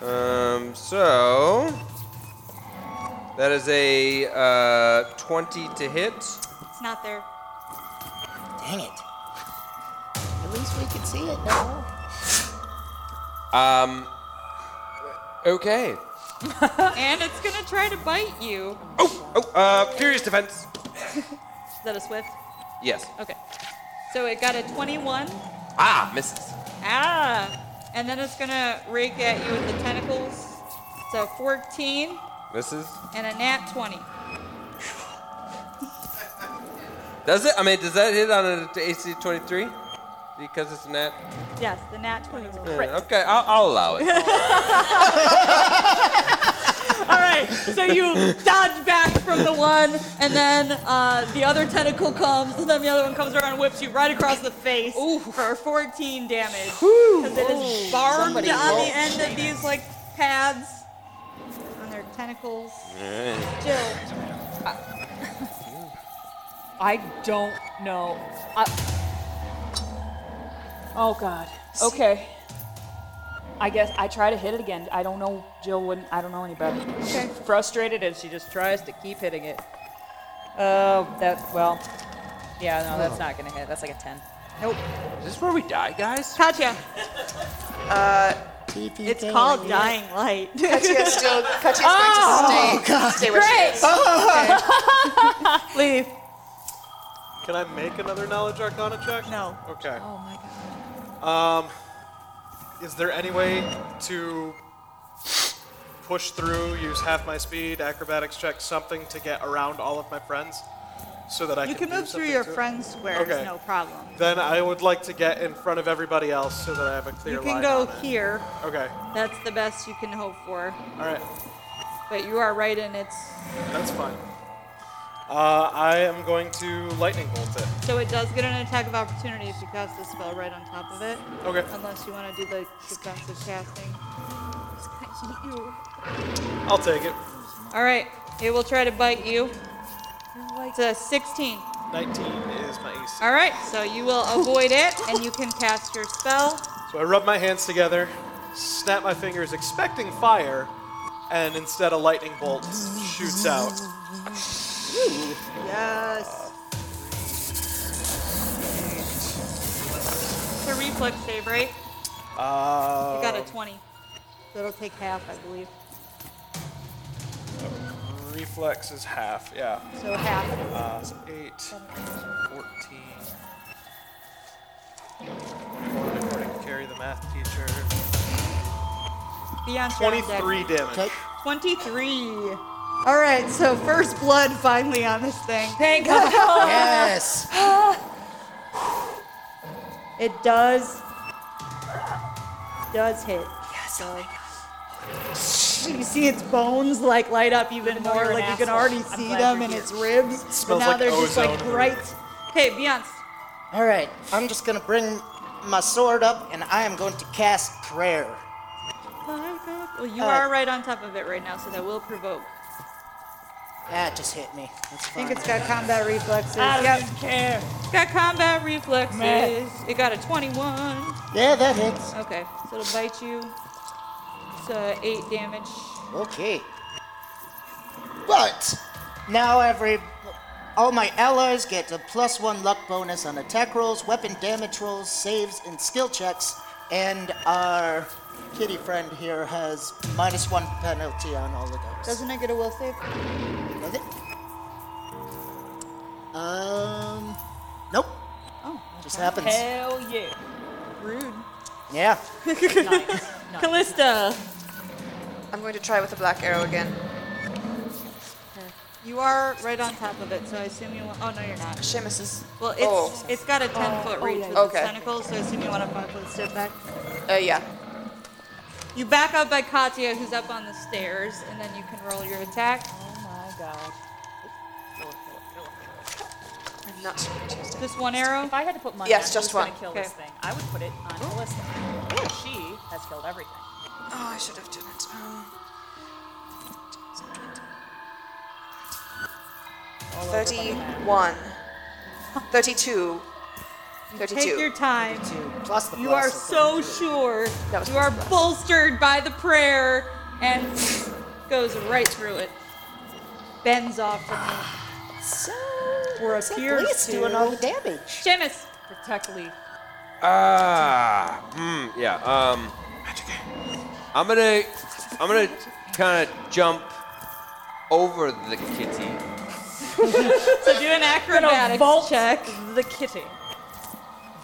D: Um, so that is a uh, 20 to hit.
B: It's not there.
E: Dang it. At least we can see it now.
D: Um, okay.
B: and it's gonna try to bite you.
D: Oh, uh, furious defense.
B: Is that a swift?
D: Yes.
B: Okay. So it got a 21.
D: Ah, misses.
B: Ah. And then it's gonna rake at you with the tentacles. It's a 14
D: Misses.
B: and a nat 20.
D: Does it? I mean, does that hit on a to AC 23? Because it's an at.
B: Yes, the nat 20 was a crit.
D: Yeah, okay, I'll, I'll allow it.
B: All right, so you dodge back from the one, and then uh, the other tentacle comes, and then the other one comes around and whips you right across the face for 14 damage. Because it is barbed
F: Somebody
B: on
F: roll.
B: the end of these like pads on their tentacles. Jill,
F: I don't know. I... Oh God. Okay. I guess I try to hit it again. I don't know. Jill wouldn't. I don't know any better. Okay. Frustrated, and she just tries to keep hitting it. Oh, that well. Yeah, no,
E: Oh.
F: that's not gonna hit. That's like a ten. Nope.
D: Is this where we die, guys?
B: Katya.
H: Uh,
B: it's called Dying Light.
H: Katya's still. Katya's
B: Oh,
H: going to stay. Stay where
B: Great.
H: she is.
B: Leave.
J: Can I make another knowledge arcana check?
B: No.
J: Okay.
B: Oh my god.
J: Um, is there any way to push through, use half my speed, acrobatics check, something to get around all of my friends, so that I
B: You can
J: can, do
B: move through
J: something
B: your
J: to it?
B: friends' squares,
J: Okay.
B: no problem.
J: Then I would like to get in front of everybody else so that I have a clear
B: You can
J: line
B: go
J: on it.
B: here.
J: Okay.
B: That's the best you can hope for.
J: All right.
B: But you are right in its
J: That's fine. Uh, I am going to lightning bolt it.
B: So it does get an attack of opportunity if you cast the spell right on top of it.
J: Okay.
B: Unless you want to do the defensive casting.
J: I'll take it.
B: All right. It will try to bite you. It's a 16.
J: 19 is my AC.
B: All right. So you will avoid it, and you can cast your spell.
J: So I rub my hands together, snap my fingers, expecting fire, and instead a lightning bolt shoots out.
B: Yes. It's a reflex save, right? you
J: Uh,
H: Oh.
B: got a 20. So it'll take half, I believe.
J: Reflex is half, yeah.
B: So half.
J: Uh, so 8, 14. According to Carrie, the math teacher.
B: Beyond
J: 23 damage. Okay.
B: 23. All right, so first blood finally on this thing.
F: Thank God. Yes.
B: it does. Does hit. Yes. So. You see its bones like light up even
F: though you're
B: more.
F: an
B: Like you can
F: asshole,
B: already
F: I'm
B: see
F: glad
B: them
F: you're
B: and
F: here.
B: its ribs. but
E: smells
B: now
E: like
B: they're just like
E: ozone.
B: bright. Hey, Beyonce.
E: All right, I'm just gonna bring my sword up, and I am going to cast prayer.
B: Well, you
E: Uh,
B: are right on top of it right now, so that will provoke.
E: That just hit me. That's
B: I
E: fine.
B: think it's got combat reflexes.
E: I
B: Yep.
E: don't care.
B: It's got combat reflexes.
E: Man.
B: It got a 21.
E: Yeah, that hits.
B: Okay, so it'll bite you. It's uh, 8 damage.
E: Okay. But now every all my allies get a plus one luck bonus on attack rolls, weapon damage rolls, saves, and skill checks, and our kitty friend here has minus one penalty on all of those.
B: Doesn't it get a will save?
E: Does it? Um, nope.
B: Oh,
E: just happens.
F: Hell yeah.
B: Rude.
E: Yeah.
B: Callista.
H: I'm going to try with a black arrow again.
B: You are right on top of it, so I assume you want. Oh, no, you're not.
H: Seamus is.
B: Well, it's,
H: Oh.
B: it's got a 10 foot
H: Oh,
B: reach
H: yeah.
B: with
H: Okay.
B: the tentacles, so I assume you want a 5 foot step back.
H: Uh, yeah.
B: You back up by Katya, who's up on the stairs, and then you can roll your attack.
F: Oh my God.
H: I'm not super Tuesday.
B: Just one arrow?
F: If I had to put money
H: Yes,
F: on
H: just
F: who's
H: one.
F: gonna kill this
H: Okay.
F: thing, I would put it on Callista. She has killed everything.
H: Oh, I should have done it. Um, 31. 32. 32.
B: Take your time.
E: Plus the
B: You are so sure. You are bolstered by the prayer and goes right through it. Bends off from you.
E: So
B: we're
E: It's like
B: appears
E: Lee's
B: to.
E: doing all the damage.
B: Seamus. Protect Lee.
D: Ah, mm, yeah. Um, I'm gonna, I'm gonna kind of jump over the kitty.
B: so do an acrobatics check.
F: The kitty.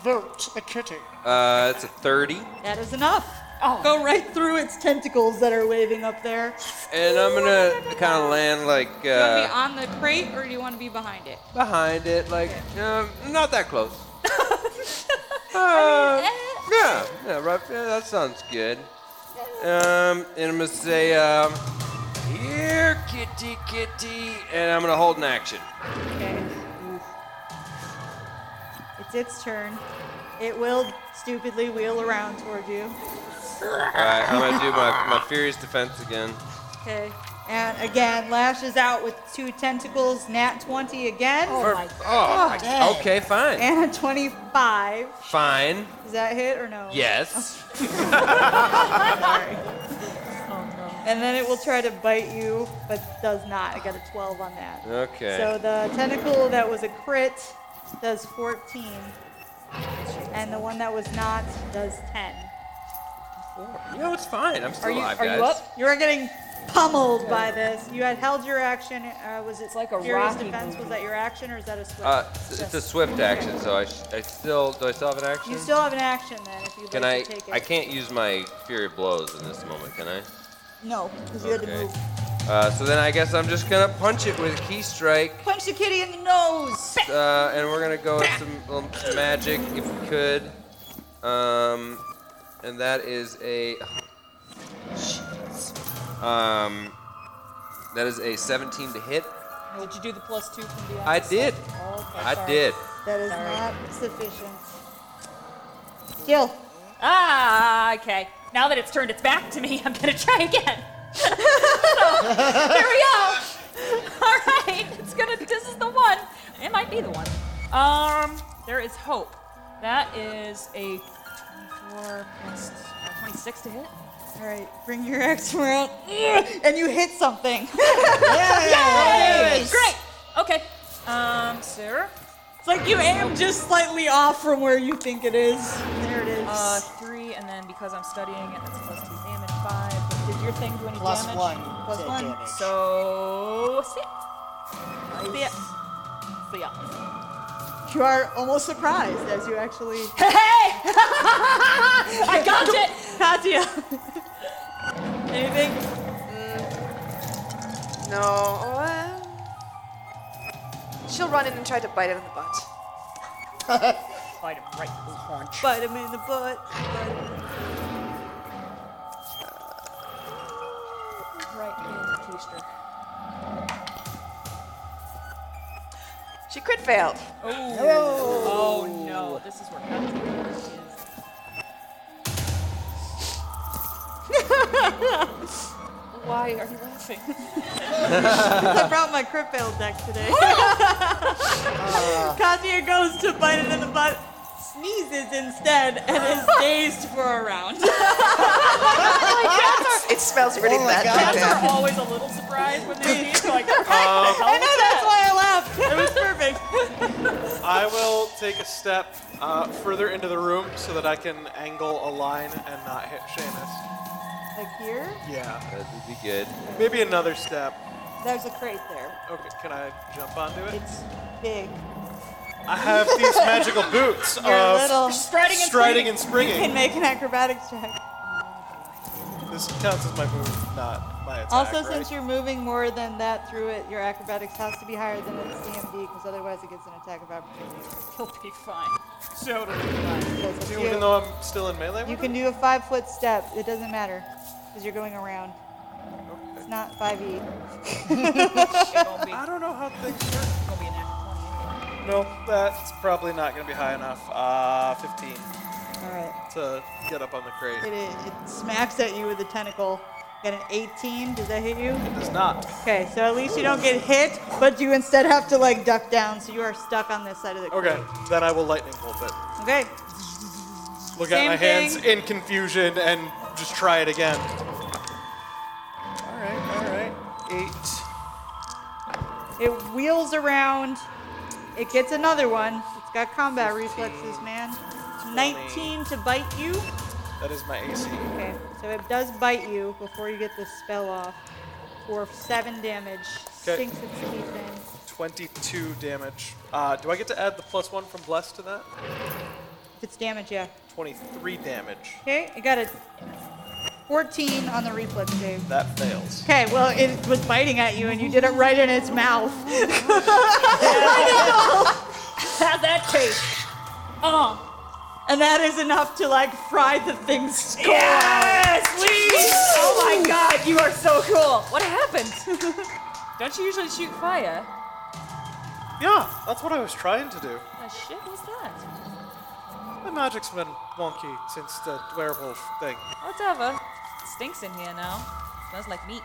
E: Vote the kitty.
D: Uh, it's a thirty,
B: That is enough. Go right through its tentacles that are waving up there.
D: and I'm gonna kind of land like
B: Do you want to be
D: uh,
B: on the crate or do you want to be behind it?
D: behind it, like um, not that close. Uh,
B: I
D: Yeah, yeah, right. Yeah, that sounds good. Um, and I'm gonna say, um, here, kitty, kitty, and I'm gonna hold an action.
B: Okay. It's its turn. It will stupidly wheel around toward you.
D: Alright, I'm gonna do my, my furious defense again.
B: Okay. And again, lashes out with two tentacles, nat 20 again.
D: Or- oh, I- okay, fine.
B: And a 25.
D: Fine.
B: Is that hit or no?
D: Yes.
B: Sorry. And then it will try to bite you, but does not. I got a 12 on
D: Uh,
B: that.
D: Okay.
B: So the tentacle that was a crit does 14. And the one that was not does 10.
D: No, it's fine. I'm still
B: Are you,
D: alive,
B: are
D: guys.
B: you up? You are getting pummeled by this. You had held your action. Uh, was it like
F: a
B: furious
F: Rocky
B: defense? Was that your action or is that a switch?
D: Uh, it's, it's a swift action, so I, sh- I still do I still have an action?
B: You still have an action then if you'd
D: Can
B: like
D: I?
B: to take it.
D: I can't use my fury blows in this moment, can I?
B: No, because you had to
D: Okay.
B: move.
D: Uh, so then I guess I'm just gonna punch it with key strike,
B: Punch the kitty in the nose.
D: uh, and we're gonna go with some little magic if we could. Um, and that is a. oh, Um, that is a 17 to hit.
F: Did you do the plus two from beyond?
O: I did. I did.
I: That is not sufficient. Kill.
F: Ah, okay. Now that it's turned its back to me, I'm gonna try again. so, here we go. All right, it's gonna. This is the one. It might be the one. Um, there is hope. That is a 24 plus uh, 26 to hit.
I: All right, bring your axe around, and you hit something.
F: Yay! Great. Okay. Um, Sarah.
I: It's like you aim just slightly off from where you think it is. There it is.
F: Uh, three, and then because I'm studying it, that's plus two damage. Five. Did your thing do any
I: Plus
F: damage?
I: one
F: Plus
I: to
F: one.
I: damage.
F: So six. See it. See ya.
I: you are almost surprised as you actually.
F: Hey! I got it!
I: Katya! Anything?
H: No. well, She'll run in and try to bite it in the butt.
F: Bite him right in the haunch.
I: Bite him in the butt. Bite him in the
F: Right in the keister.
H: She crit failed.
F: Oh. oh no, this is where Patrick is.
I: Why are you laughing? I brought my crit fail deck today. Katya goes to bite it in the butt, sneezes instead, and is dazed for a round.
H: it smells really
J: Oh
H: bad.
F: Cats are always a little surprised when they see like, what the
J: Um,
F: hell
I: I know that's why I laughed. It was perfect.
J: I will take a step uh, further into the room so that I can angle a line and not hit Seamus.
I: Like here?
J: Yeah.
O: That would be good.
J: Maybe another step.
I: There's a crate there.
J: Okay, can I jump onto it?
I: It's big.
J: I have these magical boots
I: You're
J: of
I: little.
J: Uh, striding and striding and springing.
I: You can make an acrobatics check.
J: This counts as my move, not my attack.
I: also,
J: right?
I: since you're moving more than that through it, your acrobatics has to be higher than its CMD because otherwise it gets an attack of opportunity.
F: He'll be fine.
J: So
I: it's
J: do
I: you.
J: even though I'm still in melee.
I: You
J: with it?
I: can do a five foot step. It doesn't matter because you're going around. It's not E. 5e.
J: I don't know how things work. No, that's probably not going to be high enough. Uh, 15
I: All right.
J: to get up on the crate.
I: It, it, it smacks at you with a tentacle. Got an 18. Does that hit you? It
J: does not.
I: Okay, so at least you don't get hit, but you instead have to like duck down, so you are stuck on this side of the crate.
J: Okay, then I will lightning bolt it.
I: Okay.
J: Look at
I: Same
J: my hands
I: thing.
J: in confusion and just try it again. Eight.
I: It wheels around. It gets another one. It's got combat reflexes, man. 19 to bite you.
J: That is my AC.
I: Okay, so it does bite you before you get the spell off for seven damage.
J: Okay.
I: Sinks its teeth in.
J: 22 damage. Uh, do I get to add the plus one from Bless to that?
I: If it's damage, yeah.
J: 23 damage.
I: Okay, it got a 14 on the reflex save.
J: That fails.
I: Okay, well, it was biting at you and you did it right in its mouth.
F: How's that taste?
I: Oh. And that is enough to like fry the thing's skull.
F: Yes,
I: please! Oh my god, you are so cool.
F: What happened? Don't you usually shoot fire?
J: Yeah, that's what I was trying to do.
F: The Oh, shit was that?
J: My magic's been wonky since the werewolf thing.
F: Whatever. Oh, stinks in here now. smells like meat.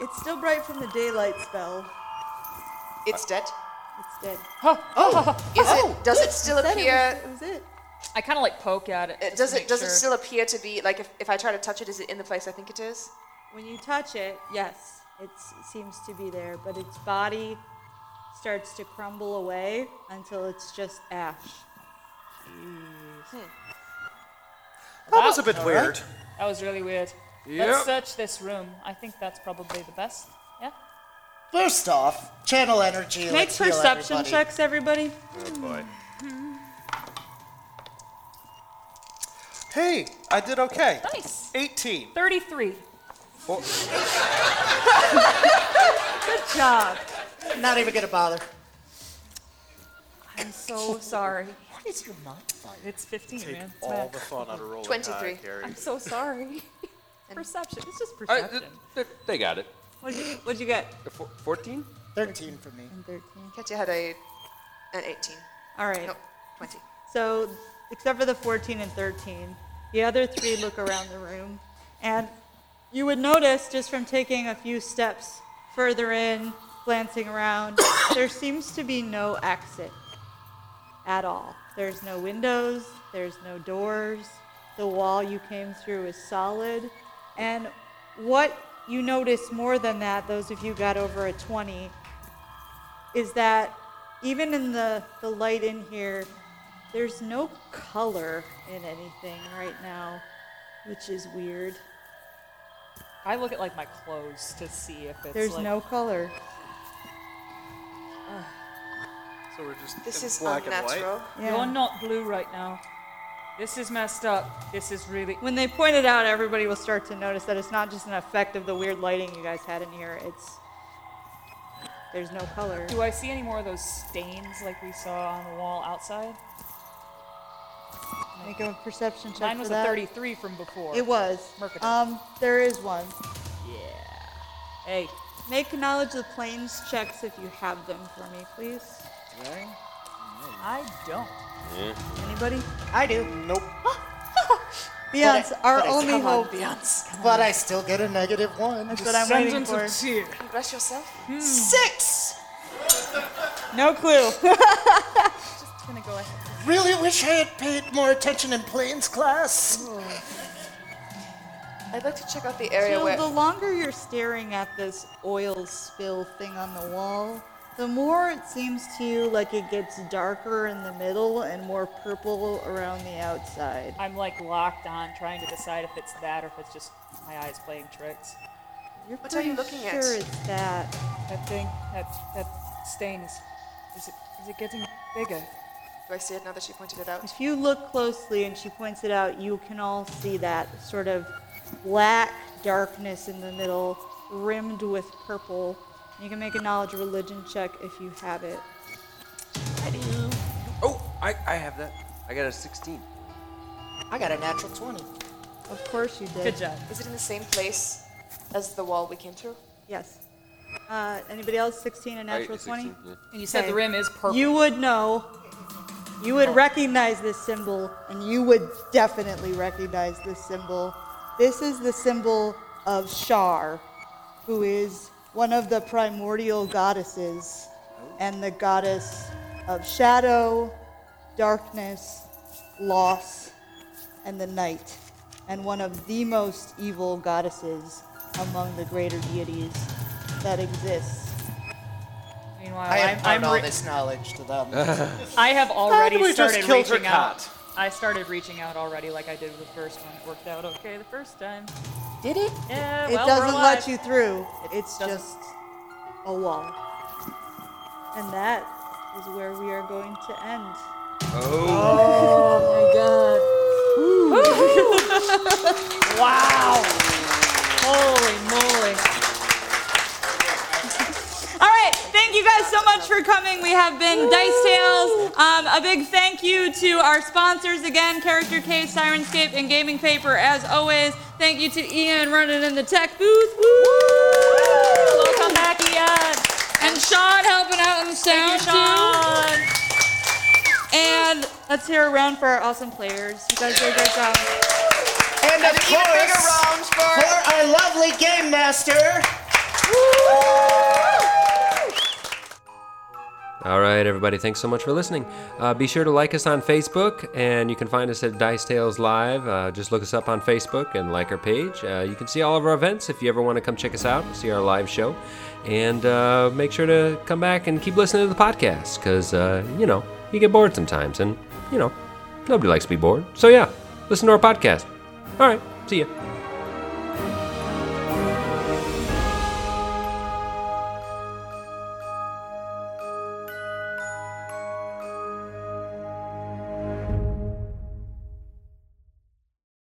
I: It's still bright from the daylight spell.
H: It's dead.
I: It's dead.
J: Oh.
H: Is it? Does it still
I: I said
H: appear? uh,
I: It was, it was it.
F: I kind of like poke at it. just
H: Does
F: to
H: it?
F: make
H: Does
F: sure.
H: it still appear to be like if, if I try to touch it? Is it in the place I think it is?
I: When you touch it, yes, it's, it seems to be there, but its body starts to crumble away until it's just ash.
J: That was a bit
F: All right.
J: weird.
F: That was really weird.
E: Yep.
F: Let's search this room. I think that's probably the best. Yeah.
E: First off, channel energy.
I: Make
E: let's heal
I: perception
E: everybody.
I: checks, everybody.
J: Oh boy. Hey, I did okay.
F: Nice.
J: 18.
F: 33.
J: Well,
I: Good job.
E: Not even gonna bother.
F: I'm so sorry.
E: What is your modifier?
F: It's 15,
J: Take
F: man. It's
J: all
F: bad.
J: the fun out of rolling high, Gary.
F: I'm so sorry. perception. It's just
O: All right,
F: perception.
O: th- th- they got it.
I: What'd you, what'd you get?
D: 14?
E: 13 for me.
I: And 13.
H: Katya had a, an 18.
I: All right.
H: Nope, 20.
I: So, except for the 14 and 13, the other three look around the room. And you would notice just from taking a few steps further in, glancing around, there seems to be no exit at all. There's no windows, there's no doors. The wall you came through is solid. And what you notice more than that, those of you got over a 20, is that even in the, the light in here, there's no color in anything right now, which is weird.
F: I look at like my clothes to see if it's
I: There's
F: like,
I: no color.
J: So we're just
H: This
J: in
H: is
J: black and white.
I: Yeah.
F: You're not blue right now. This is messed up. This is really.
I: When they point it out, everybody will start to notice that it's not just an effect of the weird lighting you guys had in here. It's there's no color.
F: Do I see any more of those stains like we saw on the wall outside?
I: Make a perception check.
F: Mine
I: for
F: was a
I: that.
F: 33 from before.
I: It was.
F: Mercator.
I: Um, there is one.
F: yeah. Hey.
I: Make knowledge of planes checks if you have them for me, please.
F: I don't.
I: Anybody? I do.
E: Nope.
I: Beyonce,
E: But I-
I: our
E: but I-
I: only
E: come on,
I: hope.
E: Beyonce.
I: Come
E: But
I: on.
E: I still get a negative one.
I: That's what I'm waiting for.
H: Bless yourself. Six!
I: No clue.
M: Just gonna go ahead.
E: Really wish I had paid more attention in planes class.
H: I'd like to check out the area
I: so
H: where.
I: the longer you're staring at this oil spill thing on the wall, the more it seems to you like it gets darker in the middle and more purple around the outside.
F: I'm like locked on trying to decide if it's that or if it's just my eyes playing tricks.
I: You're
H: What are you
I: pretty
H: looking at?
I: sure it's that.
F: That thing, that that stain is, is it is it getting bigger?
H: Do I see it now that she pointed it out?
I: If you look closely and she points it out, you can all see that sort of black darkness in the middle, rimmed with purple. You can make a knowledge religion check if you have it.
D: Oh, I, I have that. I got a 16.
E: I got a natural 20.
I: Of course you did.
F: Good job.
H: Is it in the same place as the wall we came through?
I: Yes. Uh, anybody else? 16 and
H: I-
I: natural 20?
H: 16, yeah.
F: And you said the rim is purple.
I: You would know. You would recognize this symbol, and you would definitely recognize this symbol. This is the symbol of Shar, who is one of the primordial goddesses, and the goddess of shadow, darkness, loss, and the night, and one of the most evil goddesses among the greater deities that exists.
F: Meanwhile,
E: I
F: I'm,
E: impart
F: I'm
E: all
F: re-
E: this knowledge to them.
F: I have already
E: And we just
F: started
E: killed her
F: reaching out.
E: cat.
F: I started reaching out already, like I did with the first one. It worked out okay the first time. Did it? Yeah.
I: It
F: well, we're
I: doesn't let
F: alive.
I: you through. It's just a wall. And that is where we are going to end. Oh
F: Oh. wow. Holy moly.
I: All right, thank you guys so much for coming. We have been Dice Tales. Um, a big thank you to our sponsors again Character Case, Sirenscape, and Gaming Paper, as always. Thank you to Ian running in the tech booth. Woo! Welcome back, Ian. And Sean helping out in the sound, too. And let's hear a round for our awesome players. You guys did a great job.
E: And of
I: even bigger
E: course,
I: round
E: for our lovely game master.
D: All right, everybody, thanks so much for listening. Uh, be sure to like us on Facebook, and you can find us at Dice Tales Live. Uh, just look us up on Facebook and like our page. Uh, you can see all of our events if you ever want to come check us out, see our live show. And uh, make sure to come back and keep listening to the podcast, because, uh, you know, you get bored sometimes, and, you know, nobody likes to be bored. So, yeah, listen to our podcast. All right, see ya.